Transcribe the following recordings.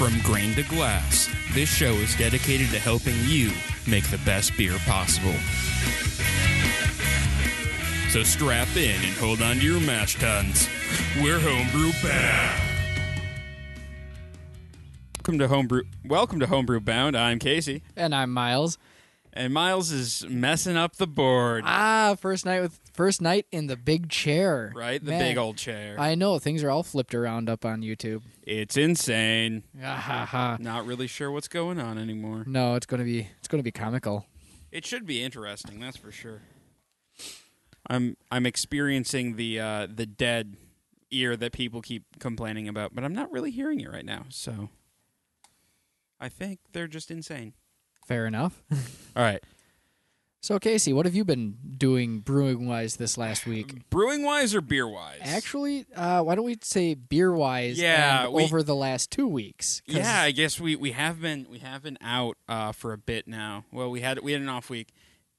From grain to glass, this show is dedicated to helping you make the best beer possible. So strap in and hold on to your mash tuns. We're Homebrew Bound. Welcome to Homebrew. Welcome to Homebrew Bound. I'm Casey, And I'm Miles. and Miles is messing up the board. Ah, first night with first night in the big chair. Right, the Man, big old chair. I know things are all flipped around up on YouTube. it's insane. Ah, ha, ha. Not really sure what's going on anymore. No, it's gonna be it's gonna be comical. It should be interesting, that's for sure. I'm I'm experiencing the uh, the dead ear that people keep complaining about, but I'm not really hearing it right now. So I think they're just insane. Fair enough. All right, So Casey, what have you been doing brewing wise this last Um, week? brewing wise or beer wise? Actually, uh, why don't we say beer wise? Yeah, we- over the last two weeks. 'Cause- yeah, I guess we, we have been we have been out uh, for a bit now. Well, we had we had an off week.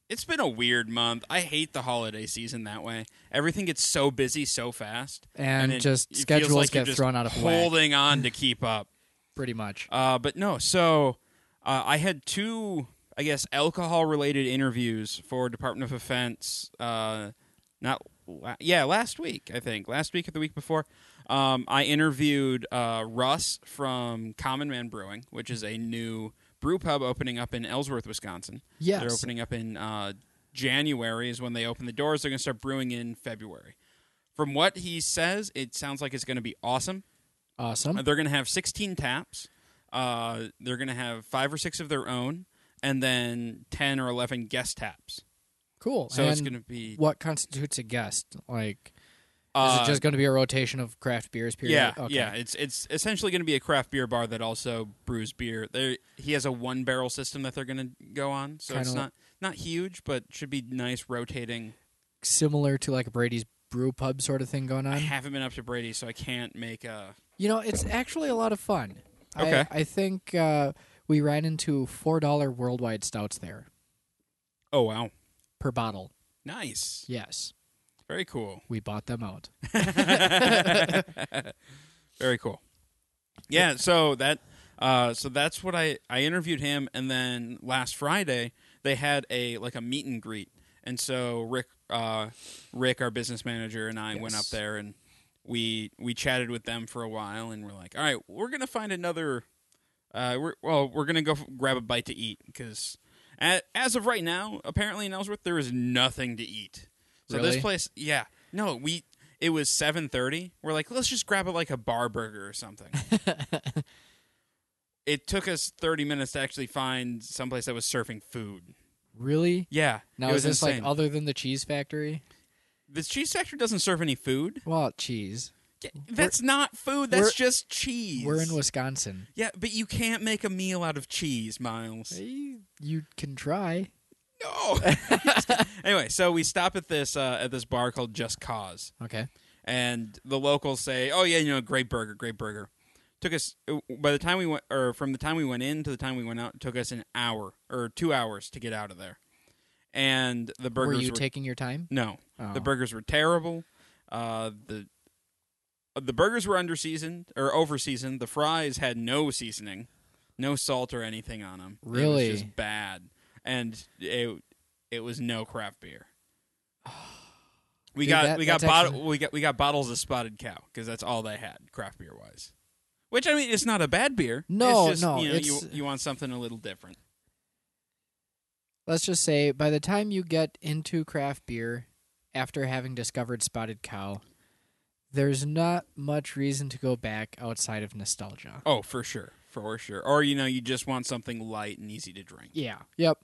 It's been a weird month. I hate the holiday season that way. Everything gets so busy so fast, And it- just it feels schedules like you're get just thrown out of whack. holding on to keep up. pretty much. Uh, but no, so uh, I had two, I guess, alcohol-related interviews for Department of Defense. Uh, not, la- yeah, last week I think, last week or the week before. Um, I interviewed uh, Russ from Common Man Brewing, which is a new brew pub opening up in Ellsworth, Wisconsin. Yes. they're opening up in uh, January is when they open the doors. They're going to start brewing in February. From what he says, it sounds like it's going to be awesome. Uh, Awesome. They're going to have 16 taps. Uh, they're going to have five or six of their own, and then 10 or 11 guest taps. Cool. So it's And going to be. what constitutes a guest? Like uh, is it just going to be a rotation of craft beers? Period. yeah, Okay. yeah. It's it's essentially going to be a craft beer bar that also brews beer. There, he has a one barrel system that they're going to go on, so it's Kinda- not not huge, but should be nice rotating. similar to like a Brady's brew pub sort of thing going I on. haven't been up to Brady, so I can't make a. You know, it's actually a lot of fun. Okay. I, I think uh, we ran into four dollar worldwide stouts there Oh wow, per bottle. nice, Yes, very cool, we bought them out. very cool. Yeah, so that uh, so that's what I I interviewed him, and then last Friday they had a like a meet and greet, and so Rick uh, Rick our business manager and I went up Yes. there and we we chatted with them for a while, and we're like, all right, we're gonna find another. Uh, we're, well, we're gonna go f- grab a bite to eat because as of right now, apparently in Ellsworth there is nothing to eat. So this Really? place, yeah, no, we it was seven thirty. We're like, let's just grab it like a bar burger or something it took us 30 minutes to actually find someplace that was serving food. Really? Yeah. Now it is was this insane. like other than the cheese factory? the cheese factory doesn't serve any food. Well, cheese. That's not food. That's we're- just cheese. We're in Wisconsin. yeah, but you can't make a meal out of cheese, Miles. Eh, You can try. No. anyway, so we stop at this uh, at this bar called Just Cause. Okay. and the locals say, "Oh yeah, you know, great burger, great burger." Took us uh, by the time we went, or from the time we went in to the time we went out, took us an hour or two hours to get out of there. And the burgers were you were taking your time? no, Oh. the burgers were terrible. Uh, the uh, the burgers were under seasoned or over seasoned. The fries had no seasoning, no salt or anything on them. Really? it was just bad, and it it was no craft beer. We Dude, got that- we got that's bottle actually- we got we got bottles of Spotted Cow because that's all they had craft beer wise. Which I mean, it's not a bad beer. No, it's just, no, you, know, you, it's- you want something a little different. Let's just say by the time you get into craft beer after having discovered Spotted Cow, there's not much reason to go back outside of nostalgia. Oh, for sure, for sure. Or you know, you just want something light and easy to drink. Yeah. Yep.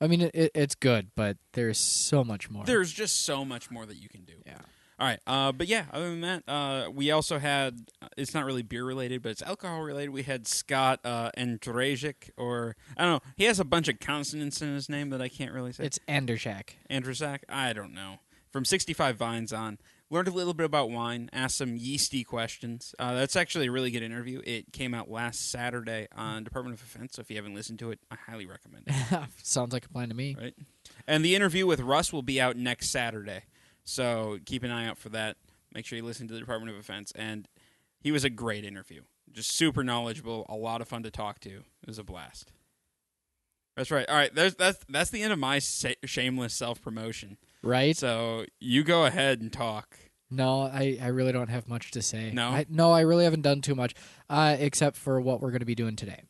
I mean, it, it, it's good, but there's so much more. There's just so much more that you can do. Yeah. All right. Uh, but yeah, other than that, uh, we also had, uh, it's not really beer related, but it's alcohol related. We had Scott uh, Andrzejczyk, or I don't know. He has a bunch of consonants in his name that I can't really say. It's Andershack. Andrzejczyk? I don't know. From 65 Vines on. Learned a little bit about wine, asked some yeasty questions. Uh, that's actually a really good interview. It came out last Saturday on Department of Defense, so if you haven't listened to it, I highly recommend it. Sounds like a plan to me. Right. And the interview with Russ will be out next Saturday. So keep an eye out for that. Make sure you listen to the Department of Defense. And he was a great interview. Just super knowledgeable, a lot of fun to talk to. It was a blast. That's right. All right, there's that's that's the end of my sa- shameless self promotion. Right? So you go ahead and talk. No, I, I really don't have much to say. No? I, no, I really haven't done too much, uh, except for what we're going to be doing today.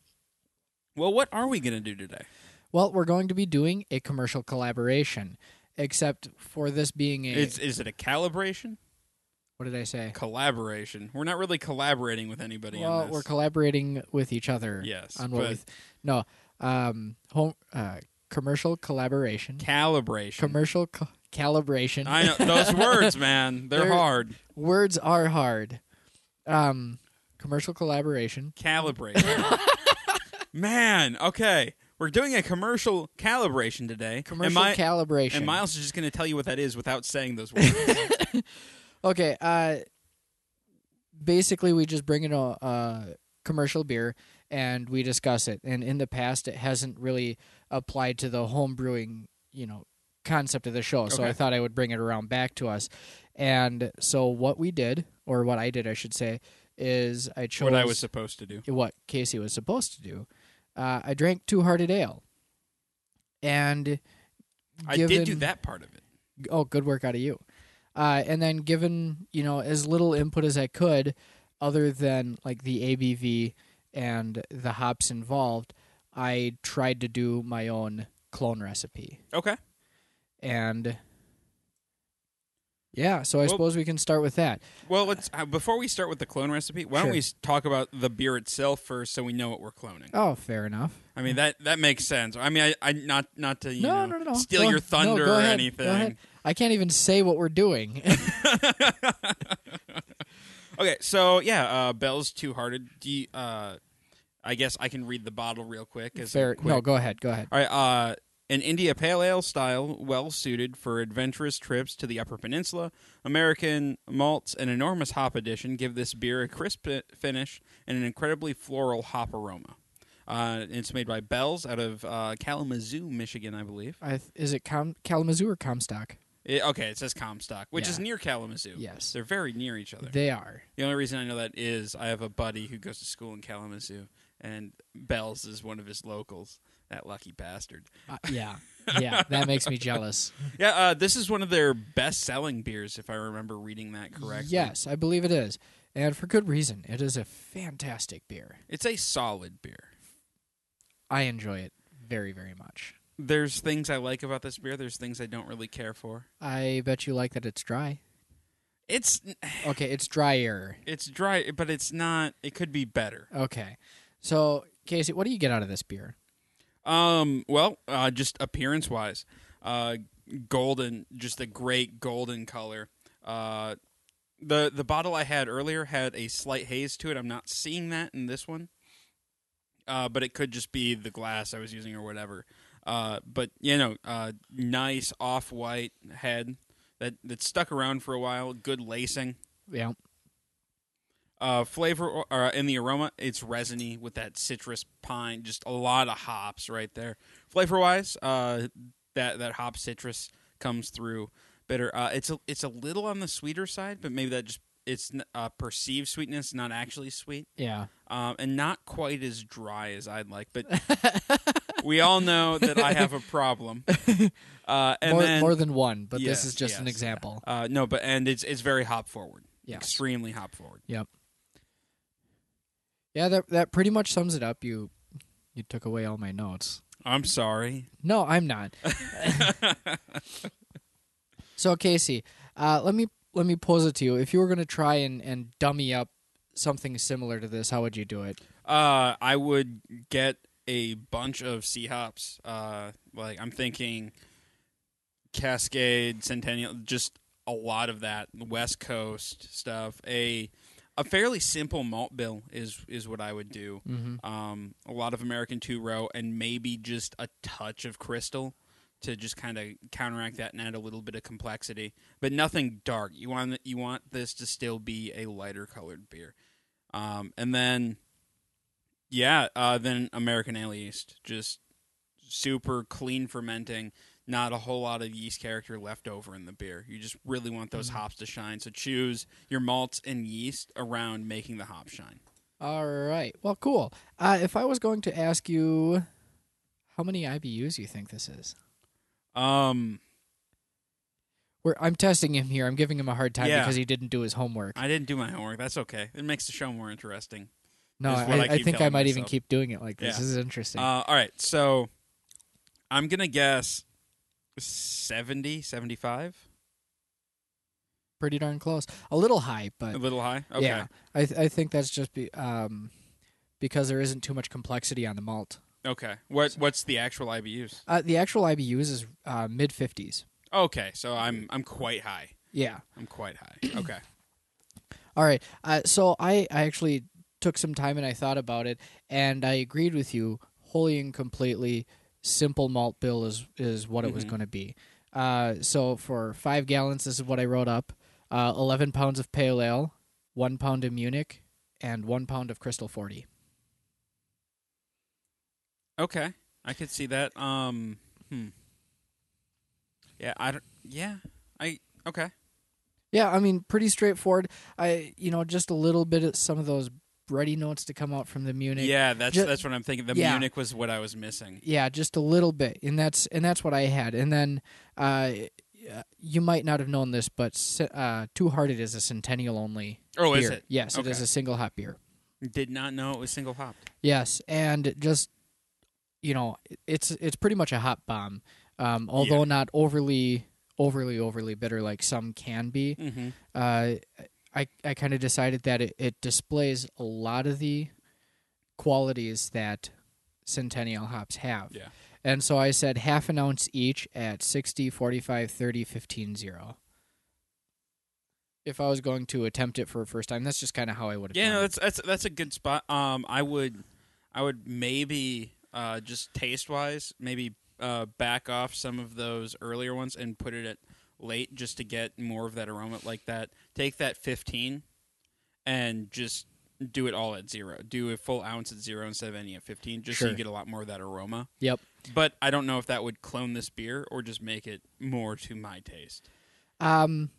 Well, what are we gonna do today? Well, we're going to be doing a commercial collaboration, except for this being a Is is it a calibration? what did I say? Collaboration. We're not really collaborating with anybody on Well, this. we're collaborating with each other. Yes, on what but- we th- no um home uh, commercial collaboration calibration. commercial co- calibration. I know those words, man. They're, They're- hard. Words are hard. Um, commercial collaboration. Calibration. man, okay. We're doing a commercial calibration today. and, Commercial Mi- calibration. and Miles is just going to tell you what that is without saying those words. Okay. Uh, basically, we just bring in a, a commercial beer and we discuss it. And in the past, it hasn't really applied to the home brewing, you know, concept of the show. So Okay. I thought I would bring it around back to us. And so what we did, or what I did, I should say, is I chose what I was supposed to do. what Casey was supposed to do. Uh, I drank two hearted ale, and I did do given- that part of it. oh, good work out of you. Uh, and then given, you know, as little input as I could, other than like the ABV and the hops involved, I tried to do my own clone recipe. Okay. And yeah, so I Well- suppose we can start with that. Well, let's uh, before we start with the clone recipe, why don't Sure. we s- talk about the beer itself first, so we know what we're cloning? Oh, fair enough. I mean that that makes sense. I mean, I, I not not to you No, know no, no, no. steal Go- your no, thunder go or ahead, go anything. ahead. I can't even say what we're doing. Okay, so yeah, uh, Bell's Two Hearted. Do you, uh, I guess I can read the bottle real quick. As fair. a quick- No, go ahead. Go ahead. All right. Uh, an India Pale Ale style, well suited for adventurous trips to the Upper Peninsula. American malts and enormous hop addition give this beer a crisp fi- finish and an incredibly floral hop aroma. Uh, it's made by Bell's out of uh, Kalamazoo, Michigan, I believe. I th- is it Com- Kalamazoo or Comstock? It- okay, it says Comstock, which is Yeah. near Kalamazoo. Yes. They're very near each other. They are. The only reason I know that is I have a buddy who goes to school in Kalamazoo, and Bell's is one of his locals. That lucky bastard. Uh, yeah. Yeah, that makes me jealous. Yeah, uh, this is one of their best-selling beers, if I remember reading that correctly. Yes, I believe it is. And for good reason. It is a fantastic beer. it's a solid beer. I enjoy it very, very much. There's things I like about this beer. There's things I don't really care for. I bet you like that it's dry. It's Okay, it's drier. it's dry, but it's not. It could be better. Okay. So, Casey, what do you get out of this beer? Um, well, uh, just appearance wise, uh, golden, just a great golden color. Uh, the the bottle I had earlier had a slight haze to it. I'm not seeing that in this one. Uh, but it could just be the glass I was using or whatever. Uh, but you know, uh, nice off white head that that stuck around for a while. Good lacing. Yeah. Uh, flavor or, uh, in the aroma, it's resiny with that citrus pine, just a lot of hops right there. Flavor wise, uh, that that hop citrus comes through bitter. Uh, it's a it's a little on the sweeter side, but maybe that just it's n- uh, perceived sweetness, not actually sweet, Yeah. um, and not quite as dry as I'd like. But we all know that I have a problem. Uh, and more, then more than one, but this Yes, is just an yes. example. uh, no, but and it's it's very hop forward, Yes. extremely hop forward. Yeah, that that pretty much sums it up. You you took away all my notes. I'm sorry. No, I'm not. so Casey, uh, let me let me pose it to you. If you were going to try and, and dummy up something similar to this, how would you do it? Uh, I would get a bunch of sea hops. Uh, like I'm thinking Cascade, Centennial, just a lot of that West Coast stuff. A a fairly simple malt bill is is what I would do. Mm-hmm. Um, a lot of American two row and maybe just a touch of crystal to just kind of counteract that and add a little bit of complexity, but nothing dark. You want you want this to still be a lighter colored beer, um, and then yeah, uh, then American ale yeast, just super clean fermenting. Not a whole lot of yeast character left over in the beer. You just really want those hops to shine. So choose your malts and yeast around making the hop shine. All right. Well, cool. Uh, if I was going to ask you how many IBUs you think this is, Um, We're, I'm testing him here. I'm giving him a hard time Yeah. because he didn't do his homework. I didn't do my homework. That's okay. It makes the show more interesting. no, is I, what I I, keep think I telling might even myself. keep doing it like this. Yeah. This is interesting. Uh, all right. So I'm going to guess 70, 75? Pretty darn close. A little high, but A little high? Okay. yeah, I th- I think that's just be, um, because there isn't too much complexity on the malt. Okay. What What's the actual IBUs? Uh, the actual IBUs is uh, mid fifties. Okay. So I'm I'm quite high. Yeah. I'm quite high. Okay. All right. Uh, so I, I actually took some time and I thought about it, and I agreed with you wholly and completely. Simple malt bill is is what it was Mhm. going to be. Uh, so for five gallons, this is what I wrote up: uh, eleven pounds of pale ale, one pound of Munich, and one pound of Crystal Forty. Okay. I could see that. Um. Hmm. Yeah. I don't. Yeah. I. Okay. Yeah, I mean, pretty straightforward. I you know just a little bit of some of those bready notes to come out from the Munich. Yeah. That's ju- that's what I'm thinking. The yeah. Munich was what I was missing. yeah just a little bit and that's and that's what i had and then uh you might not have known this but Ce- uh two hearted is a centennial only Oh, is beer. it? yes it is Okay. a single hop beer Did not know it was single hopped. yes and just you know it's it's pretty much a hop bomb um although Yeah. not overly overly overly bitter like some can be Mm-hmm. uh, I I kind of decided that it, it displays a lot of the qualities that Centennial hops have. Yeah. And so I said half an ounce each at 60, 45, 30, 15, 0. If I was going to attempt it for a first time, that's just kind of how I would have Yeah, done no, it. that's that's that's a good spot. Um, I would, I would maybe uh, just taste wise, maybe uh, back off some of those earlier ones and put it at late just to get more of that aroma, like that. Take that fifteen, and just do it all at zero. Do a full ounce at zero instead of any at fifteen, just so Sure. you get a lot more of that aroma. Yep. But I don't know if that would clone this beer or just make it more to my taste. Um,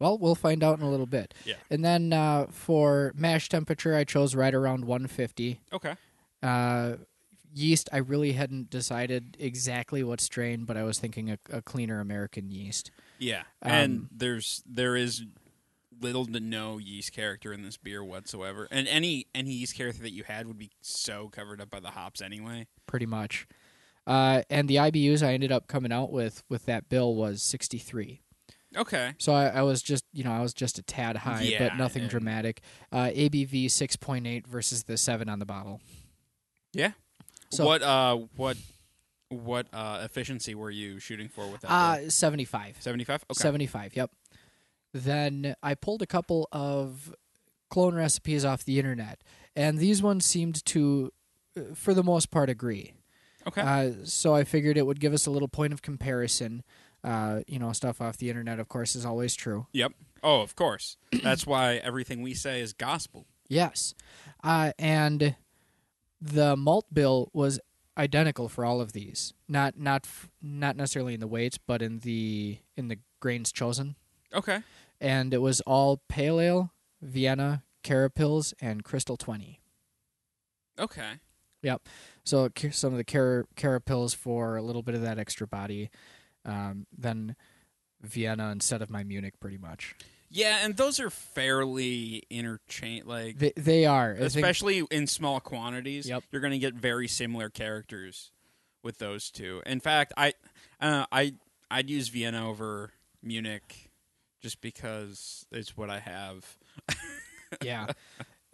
well, we'll find out in a little bit. Yeah. And then uh, for mash temperature, I chose right around 150. Okay. uh, yeast i really hadn't decided exactly what strain but i was thinking a, a cleaner american yeast Yeah, Um, and there's there is little to no yeast character in this beer whatsoever, and any any yeast character that you had would be so covered up by the hops anyway. pretty much uh, and the ibus i ended up coming out with with that bill was 63 Okay, so i, I was just you know i was just a tad high Yeah, but nothing and- dramatic uh, abv 6.8 versus the 7 on the bottle yeah. So- what uh what what uh efficiency were you shooting for with that? uh, 75 Seventy five. Okay. 75 yep then i pulled a couple of clone recipes off the internet and these ones seemed to uh, for the most part agree okay. uh, so i figured it would give us a little point of comparison uh, you know stuff off the internet of course is always true yep. Oh, of course. That's why everything we say is gospel. yes uh, and the malt bill was identical for all of these not not f- not necessarily in the weights but in the in the grains chosen Okay. and it was all pale ale, Vienna, Carapils, and Crystal 20. Okay. Yep. So ca- some of the car- Carapils for a little bit of that extra body, um, then Vienna instead of my Munich, pretty much. Yeah, and those are fairly interchange like They, they are. I think- especially in small quantities. Yep. You're going to get very similar characters with those two. In fact, I uh, I I'd use Vienna over Munich just because it's what I have. yeah.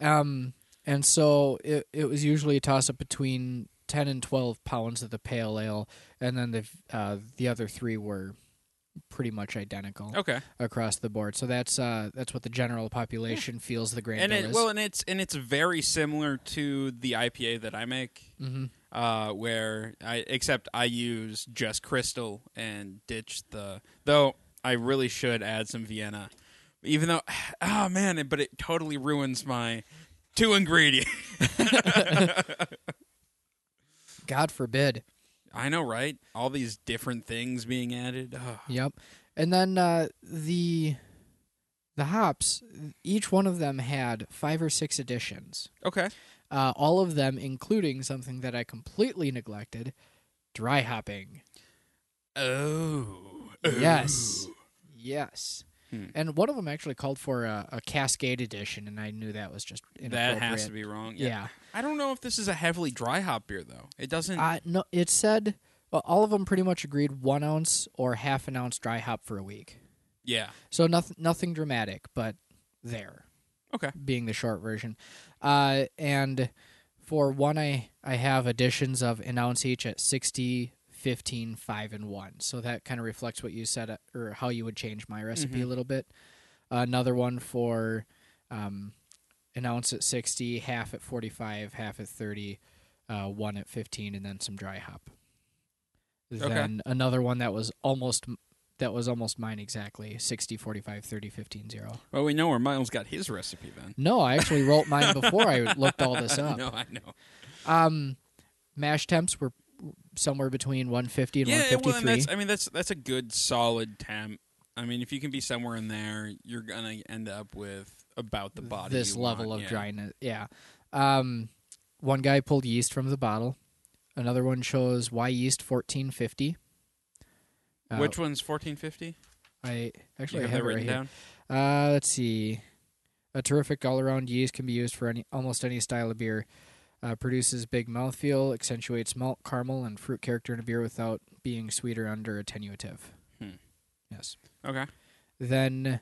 Um, and so it, it was usually a toss up between 10 and 12 pounds of the pale ale, and then the, uh, the other three were pretty much identical Okay. across the board. So that's uh, that's what the general population feels the grain And bill it is. well and it's and it's very similar to the IPA that I make. mm-hmm. Uh, where I except I use just crystal and ditch the though I really should add some Vienna, even though oh man, but it totally ruins my two ingredient. God forbid. I know, right? All these different things being added. Ugh. Yep. And then uh, the the hops, each one of them had five or six additions. Okay. Uh, all of them, including something that I completely neglected, dry hopping. Oh. Yes, yes. Hmm. And one of them actually called for a, a Cascade edition, and I knew that was just That inappropriate. has to be wrong. Yeah. yeah. I don't know if this is a heavily dry hop beer though. It doesn't. Uh, no, it said well, all of them pretty much agreed one ounce or half an ounce dry hop for a week. yeah. So nothing, nothing dramatic, but there. Okay. Being the short version, uh, and for one, I I have additions of an ounce each at 60, 15, 5, and one. So that kind of reflects what you said, uh, or how you would change my recipe a little bit. Another one for um, an ounce at sixty, half at forty-five, half at thirty, uh, one at fifteen, and then some dry hop. Then another one that was almost that was almost mine exactly 60 45 30 15 0 Well, we know where Miles got his recipe then. no i actually wrote mine before i looked all this up no, I know. um mash temps were somewhere between 150 and Yeah, well, and 153 that's. I mean, that's that's a good solid temp. I mean, if you can be somewhere in there, you're gonna end up with about the body. this you level want, of yeah. dryness yeah um one guy pulled yeast from the bottle another one chose y yeast 1450 Uh, Which one's fourteen fifty? i actually you I have that have it written right here. down. Uh, let's see. A terrific all-around yeast can be used for any almost any style of beer. Uh, produces big mouthfeel, accentuates malt, caramel, and fruit character in a beer without being sweet or under attenuative. Hmm. Yes. Okay. Then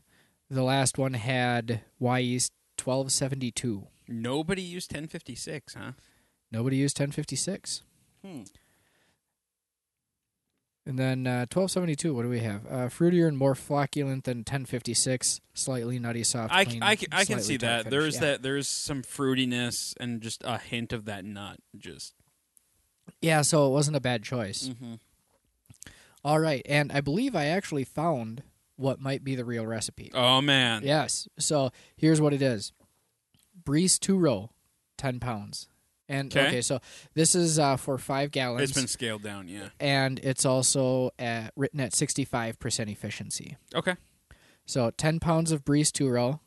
the last one had Y yeast 1272. Nobody used ten fifty six, huh? Nobody used 1056. Hmm. And then uh, 1272, what do we have? Uh, fruitier and more flocculent than 1056, slightly nutty, soft, I, clean, I, can- I can slightly see tart that. finish. There's Yeah. that. There's some fruitiness and just a hint of that nut. Just. Yeah, so it wasn't a bad choice. Mm. All right, and I believe I actually found what might be the real recipe. Oh man. Yes. So here's what it is: Breeze two row, ten pounds. And 'Kay. okay, so this is uh, for five gallons, It's been scaled down. Yeah. and it's also at, written at sixty five percent efficiency. Okay. So ten pounds of Breeze two row,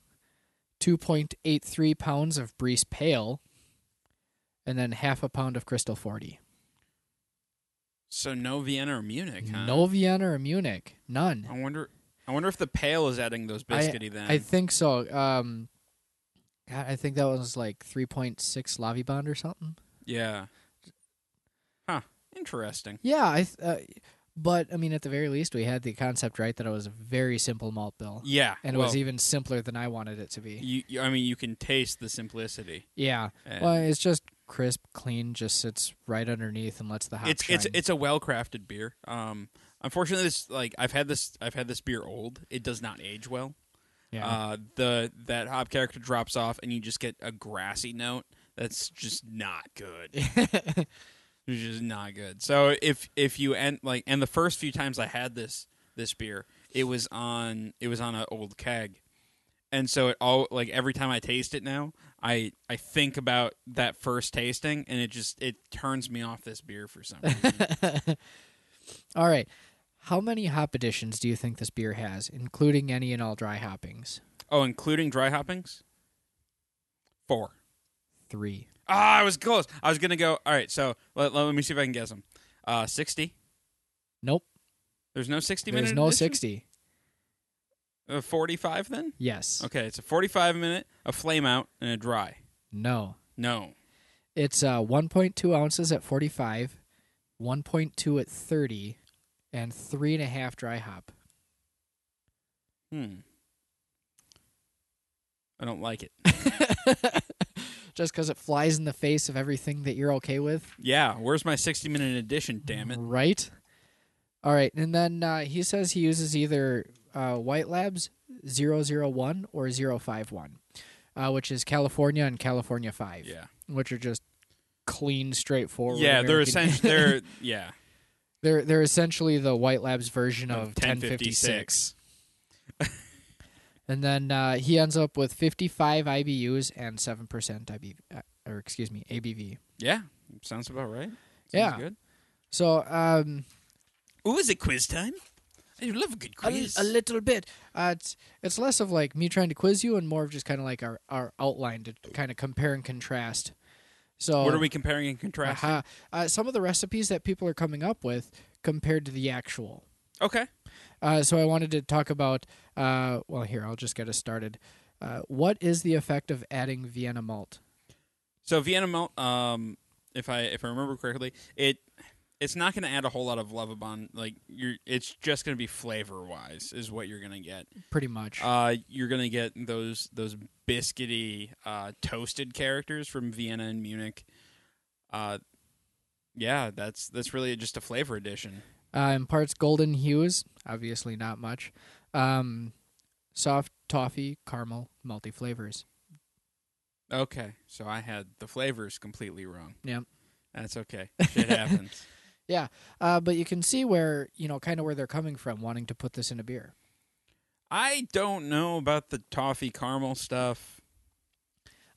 two point eight three pounds of Breeze pale, and then half a pound of Crystal forty. So no Vienna or Munich, huh? No Vienna or Munich, none. I wonder. I wonder if the pale is adding those I- biscuity then. I think so. Um, God, I think that was like 3.6 Lavibond or something. yeah. Huh. Interesting. Yeah, I. Th- uh, but I mean, at the very least, we had the concept right that it was a very simple malt bill, Yeah. and it well, was even simpler than I wanted it to be. You, you- I mean, you can taste the simplicity. Yeah. And Well, it's just crisp, clean, just sits right underneath and lets the hops it's it's shine. it's a well crafted beer. Um, unfortunately, this like I've had this I've had this beer old. It does not age well. yeah. Uh, the that hop character drops off, and you just get a grassy note. That's just not good. It's just not good. So if if you end like and the first few times I had this this beer, it was on it was on an old keg, and so it all like every time I taste it now, I I think about that first tasting, and it just it turns me off this beer for some reason. all right. How many hop additions do you think this beer has, including any and all dry hoppings? oh, including dry hoppings. Four. Three. Ah, I was close. I was gonna go. All right, so let, let me see if I can guess them. Uh, sixty. Nope. There's no sixty There's minute. no edition? 60. Uh, Forty-five then. Yes. Okay, it's a forty-five minute, a flame out, and a dry. No. No. It's uh, 1.2 ounces at 45, 1.2 at 30, and three and a half dry hop. Hmm. I don't like it. Just because it flies in the face of everything that you're okay with, Yeah, where's my sixty-minute edition? Damn it. right? All right, and then uh, he says he uses either uh, White Labs 001 or 051, uh, which is California and California 5, Yeah. which are just clean, straightforward. Yeah, they're American- essentially they're yeah They're they're essentially the White Labs version of, 1056. 1056. and then uh, he ends up with 55 IBUs and 7% IBV, uh, or excuse me, ABV. Yeah, sounds about right. Sounds Yeah. Good. So, um, Ooh, is it quiz time? You love a good a, l- quiz. a little bit. Uh, it's it's less of like me trying to quiz you and more of just kind of like our, our outline to kind of compare and contrast. So what are we comparing and contrasting? aha. Uh, some of the recipes that people are coming up with compared to the actual. Okay. Uh, so I wanted to talk about. Uh, well, here I'll just get us started. Uh, what is the effect of adding Vienna malt? So Vienna malt, um, if I if I remember correctly, it it's not going to add a whole lot of levabon. Like you're, it's just going to be flavor wise is what you're going to get. Pretty much. Uh, you're going to get those those biscuity uh, toasted characters from Vienna and Munich. Uh, yeah, that's that's really just a flavor addition. uh, imparts golden hues, obviously not much. Um, soft toffee, caramel, multi flavors. Okay, so I had the flavors completely wrong. Yep. That's okay. Shit happens. Uh, but you can see where you know kind of where they're coming from, wanting to put this in a beer. I don't know about the toffee caramel stuff.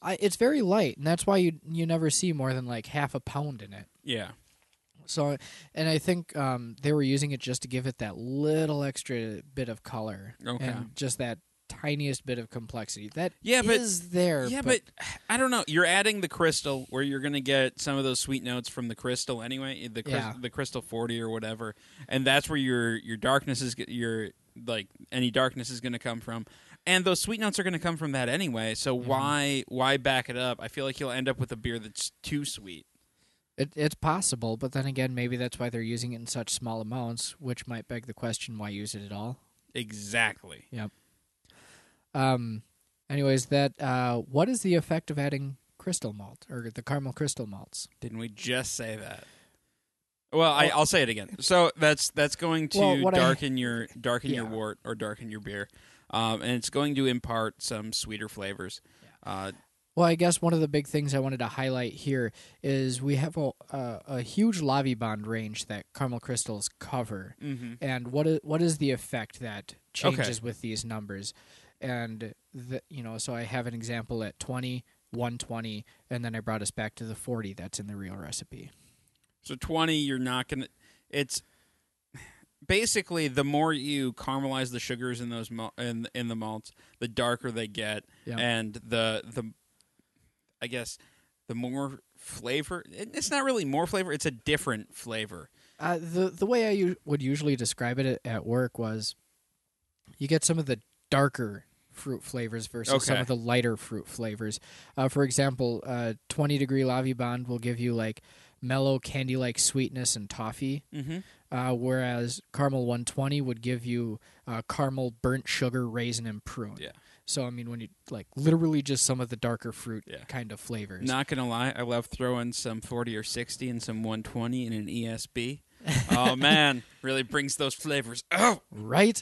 I, it's very light, and that's why you you never see more than like half a pound in it. Yeah. So, and I think um, they were using it just to give it that little extra bit of color Okay. and just that tiniest bit of complexity. That Yeah, but- is there. Yeah, but, I don't know. You're adding the crystal where you're going to get some of those sweet notes from the crystal anyway, the crys- Yeah. the crystal 40 or whatever. And that's where your your darkness is g- your like any darkness is going to come from. And those sweet notes are going to come from that anyway. So why why back it up? I feel like you'll end up with a beer that's too sweet. It, it's possible, but then again, maybe that's why they're using it in such small amounts, which might beg the question: why use it at all? Exactly. Um, anyways, that uh, what is the effect of adding crystal malt or the caramel crystal malts? Didn't we just say that? Well, I, I'll say it again. So that's that's going to Well, what I- darken your darken your Yeah. wort or darken your beer, um, and it's going to impart some sweeter flavors. Uh, Well, I guess one of the big things I wanted to highlight here is we have a a, a huge Lavibond range that caramel crystals cover, mhm. and what is what is the effect that Okay. changes with these numbers? And the, you know, so I have an example at 20, 120, and then I brought us back to the 40 that's in the real recipe. So twenty, you're not gonna. It's basically the more you caramelize the sugars in those mal- in in the malts, the darker they get, Yeah. and the the I guess the more flavor. it- It's not really more flavor. It's a different flavor. Uh, the the way I u- would usually describe it at, at work was, you get some of the darker fruit flavors versus some Okay. of the lighter fruit flavors. Uh, for example, uh, twenty degree Lavi Bond will give you like mellow candy like sweetness and toffee, Mm-hmm. uh, whereas caramel one twenty would give you uh, caramel burnt sugar raisin and prune. Yeah. So I mean, when you like literally just some of the darker fruit Yeah. kind of flavors. Not gonna lie, I love throwing some forty or sixty and some one twenty in an ESB. oh man, really brings those flavors. Oh, right?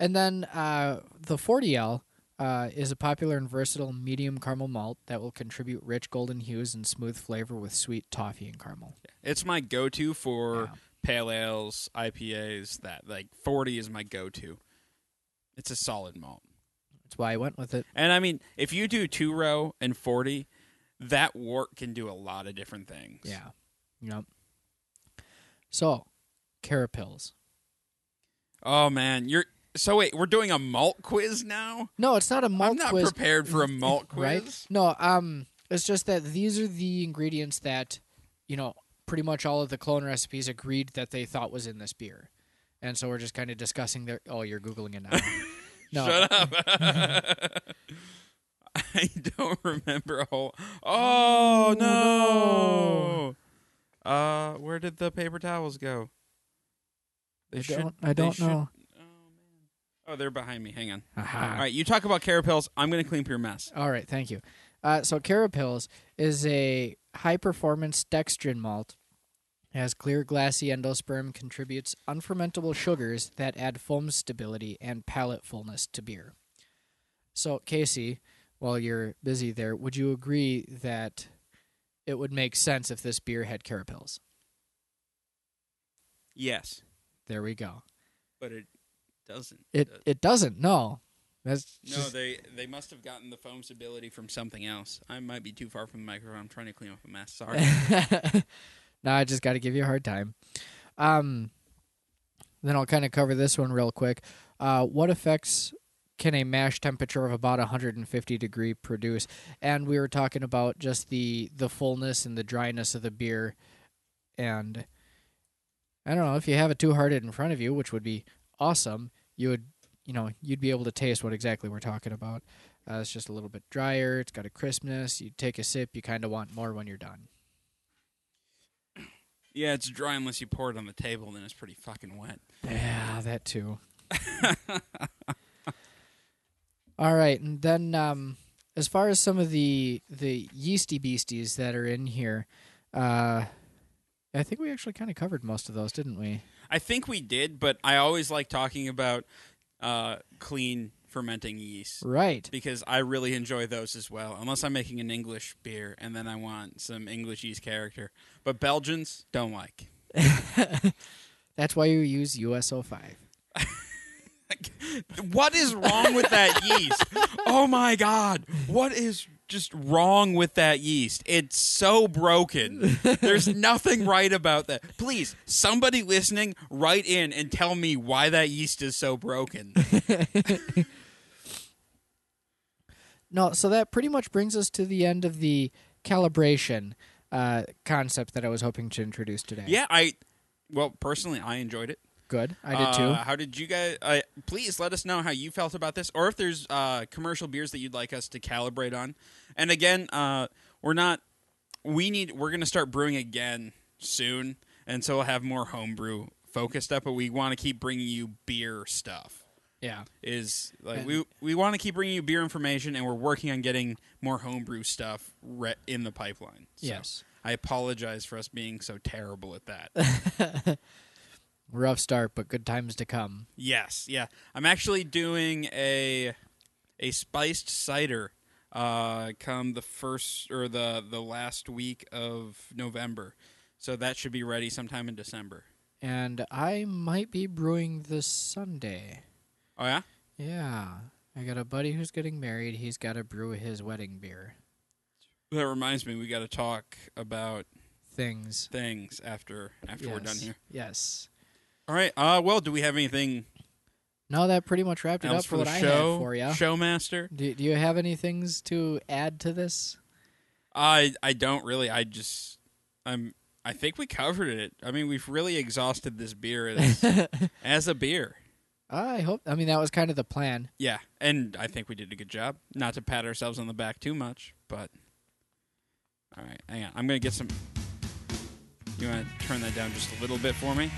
And then uh, the 40L uh, is a popular and versatile medium caramel malt that will contribute rich golden hues and smooth flavor with sweet toffee and caramel. it's my go-to for Yeah. pale ales, IPAs. That like forty is my go-to. It's a solid malt, That's why I went with it. and I mean, if you do two row and forty, that wort can do a lot of different things. Yeah. Yep. So, carapils. Oh man, you're so wait. We're doing a malt quiz now. No, it's not a malt I'm not quiz, prepared for a malt quiz. right? No, um, it's just that these are the ingredients that, you know, pretty much all of the clone recipes agreed that they thought was in this beer, and so we're just kind of discussing their. Oh, you're googling it now. no, Shut up. I don't remember a whole. Oh, no. Uh, where did the paper towels go? They I should- don't, they I don't should- know. Oh Ah. man. Oh, they're behind me. Hang on. All Aha. right, you talk about carapils. I'm gonna clean up your mess. All right, thank you. Uh, so Carapils is a high-performance dextrin malt. It has clear, glassy endosperm, contributes unfermentable sugars that add foam stability and palate fullness to beer. So, Casey, while you're busy there, would you agree that it would make sense if this beer had Carapils? Yes, There we go. but it doesn't. It it doesn't. No, that's Uh, no, just- they they must have gotten the foam stability from something else. I might be too far from the microphone. I'm trying to clean up a mess. Sorry. no, I just got to give you a hard time. Um, then I'll kind of cover this one real quick. Uh, what effects can a mash temperature of about 150 degree produce? And we were talking about just the the fullness and the dryness of the beer, and I don't know if you have it too hard in front of you, which would be awesome. You would you know you'd be able to taste what exactly we're talking about. Uh, it's just a little bit drier. It's got a crispness. You take a sip, you kind of want more when you're done. Yeah, it's dry unless you pour it on the table, then it's pretty fucking wet. Yeah, that too. All right, and then um, as far as some of the the yeasty beasties that are in here, uh, I think we actually kind of covered most of those, didn't we? I think we did, but I always like talking about uh, clean fermenting yeast Right. because I really enjoy those as well. Unless I'm making an English beer and then I want some English yeast character, but Belgians don't like. That's why you use USO five. What is wrong with that yeast? Oh my god. What is just wrong with that yeast? It's so broken. There's nothing right about that. Please, somebody listening, write in and tell me why that yeast is so broken. No, so that pretty much brings us to the end of the calibration uh, concept that I was hoping to introduce today. Yeah, I well, personally, I enjoyed it. Good. I did Uh, too. How did you guys? Uh, please let us know how you felt about this, or if there's uh, commercial beers that you'd like us to calibrate on. And again, uh, we're not. We need. We're gonna start brewing again soon, and so we'll have more homebrew focused up. But we want to keep bringing you beer stuff. Yeah. Is like And- we we want to keep bringing you beer information, and we're working on getting more homebrew stuff re- in the pipeline. So Yes. I apologize for us being so terrible at that. Rough start, but good times to come. Yes, yeah. I'm actually doing a a spiced cider uh come the first or the the last week of November. So that should be ready sometime in December. And I might be brewing this Sunday. Oh yeah? Yeah. I got a buddy who's getting married. He's got to brew his wedding beer That reminds me we got to talk about things. things after after we're done Yes. here. Yes. All right. Uh well, do we have anything No, that pretty much wrapped it else up for the what I show? had for you. Showmaster? Do, do you have any things to add to this? I I don't really. I just I'm I think we covered it. I mean, we've really exhausted this beer as, as a beer. I hope. I mean, that was kind of the plan. Yeah, and I think we did a good job. Not to pat ourselves on the back too much, but all right, hang on. I'm gonna get some. You want to turn that down just a little bit for me?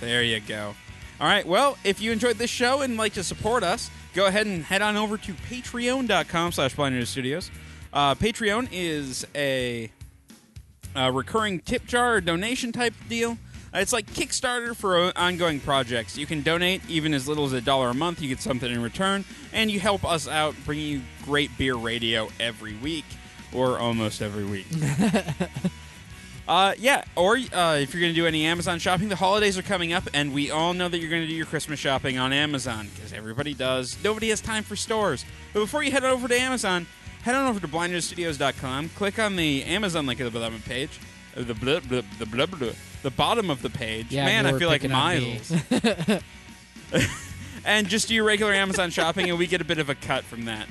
There you go. All right. Well, if you enjoyed this show and like to support us, go ahead and head on over to Patreon.com/slash Blind Ninja Studios. Uh, Patreon is a a recurring tip jar or donation type deal. Uh, It's like Kickstarter for uh, ongoing projects. You can donate even as little as a dollar a month. You get something in return, and you help us out, bringing you great beer radio every week or almost every week. Uh, yeah, or uh, if you're going to do any Amazon shopping, the holidays are coming up, and we all know that you're going to do your Christmas shopping on Amazon because everybody does. Nobody has time for stores. But before you head over to Amazon, head on over to blindnerdstudios.com, click on the Amazon link at the bottom of the page, uh, the blah, blah, the blah, blah, the bottom of the page. Yeah, Man, you I were feel like picking on me. Miles. and just do your regular Amazon shopping, and we get a bit of a cut from that.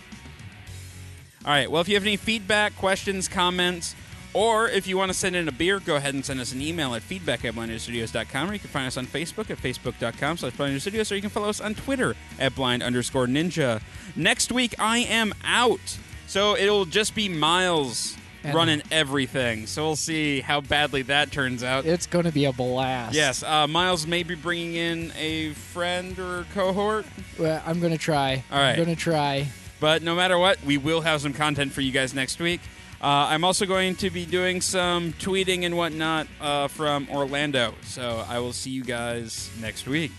All right. Well, if you have any feedback, questions, comments, or if you want to send in a beer, go ahead and send us an email at feedback at blindstudios.com, or you can find us on Facebook at facebook.com slash blindstudios, or you can follow us on Twitter at blind underscore ninja. Next week, I am out. So it'll just be Miles And- running everything. So we'll see how badly that turns out. It's going to be a blast. Yes, uh, Miles may be bringing in a friend or cohort, Well, I'm going to try. All I'm right. going to try. but no matter what, we will have some content for you guys next week. Uh, I'm also going to be doing some tweeting and whatnot uh, from Orlando, so I will see you guys next week.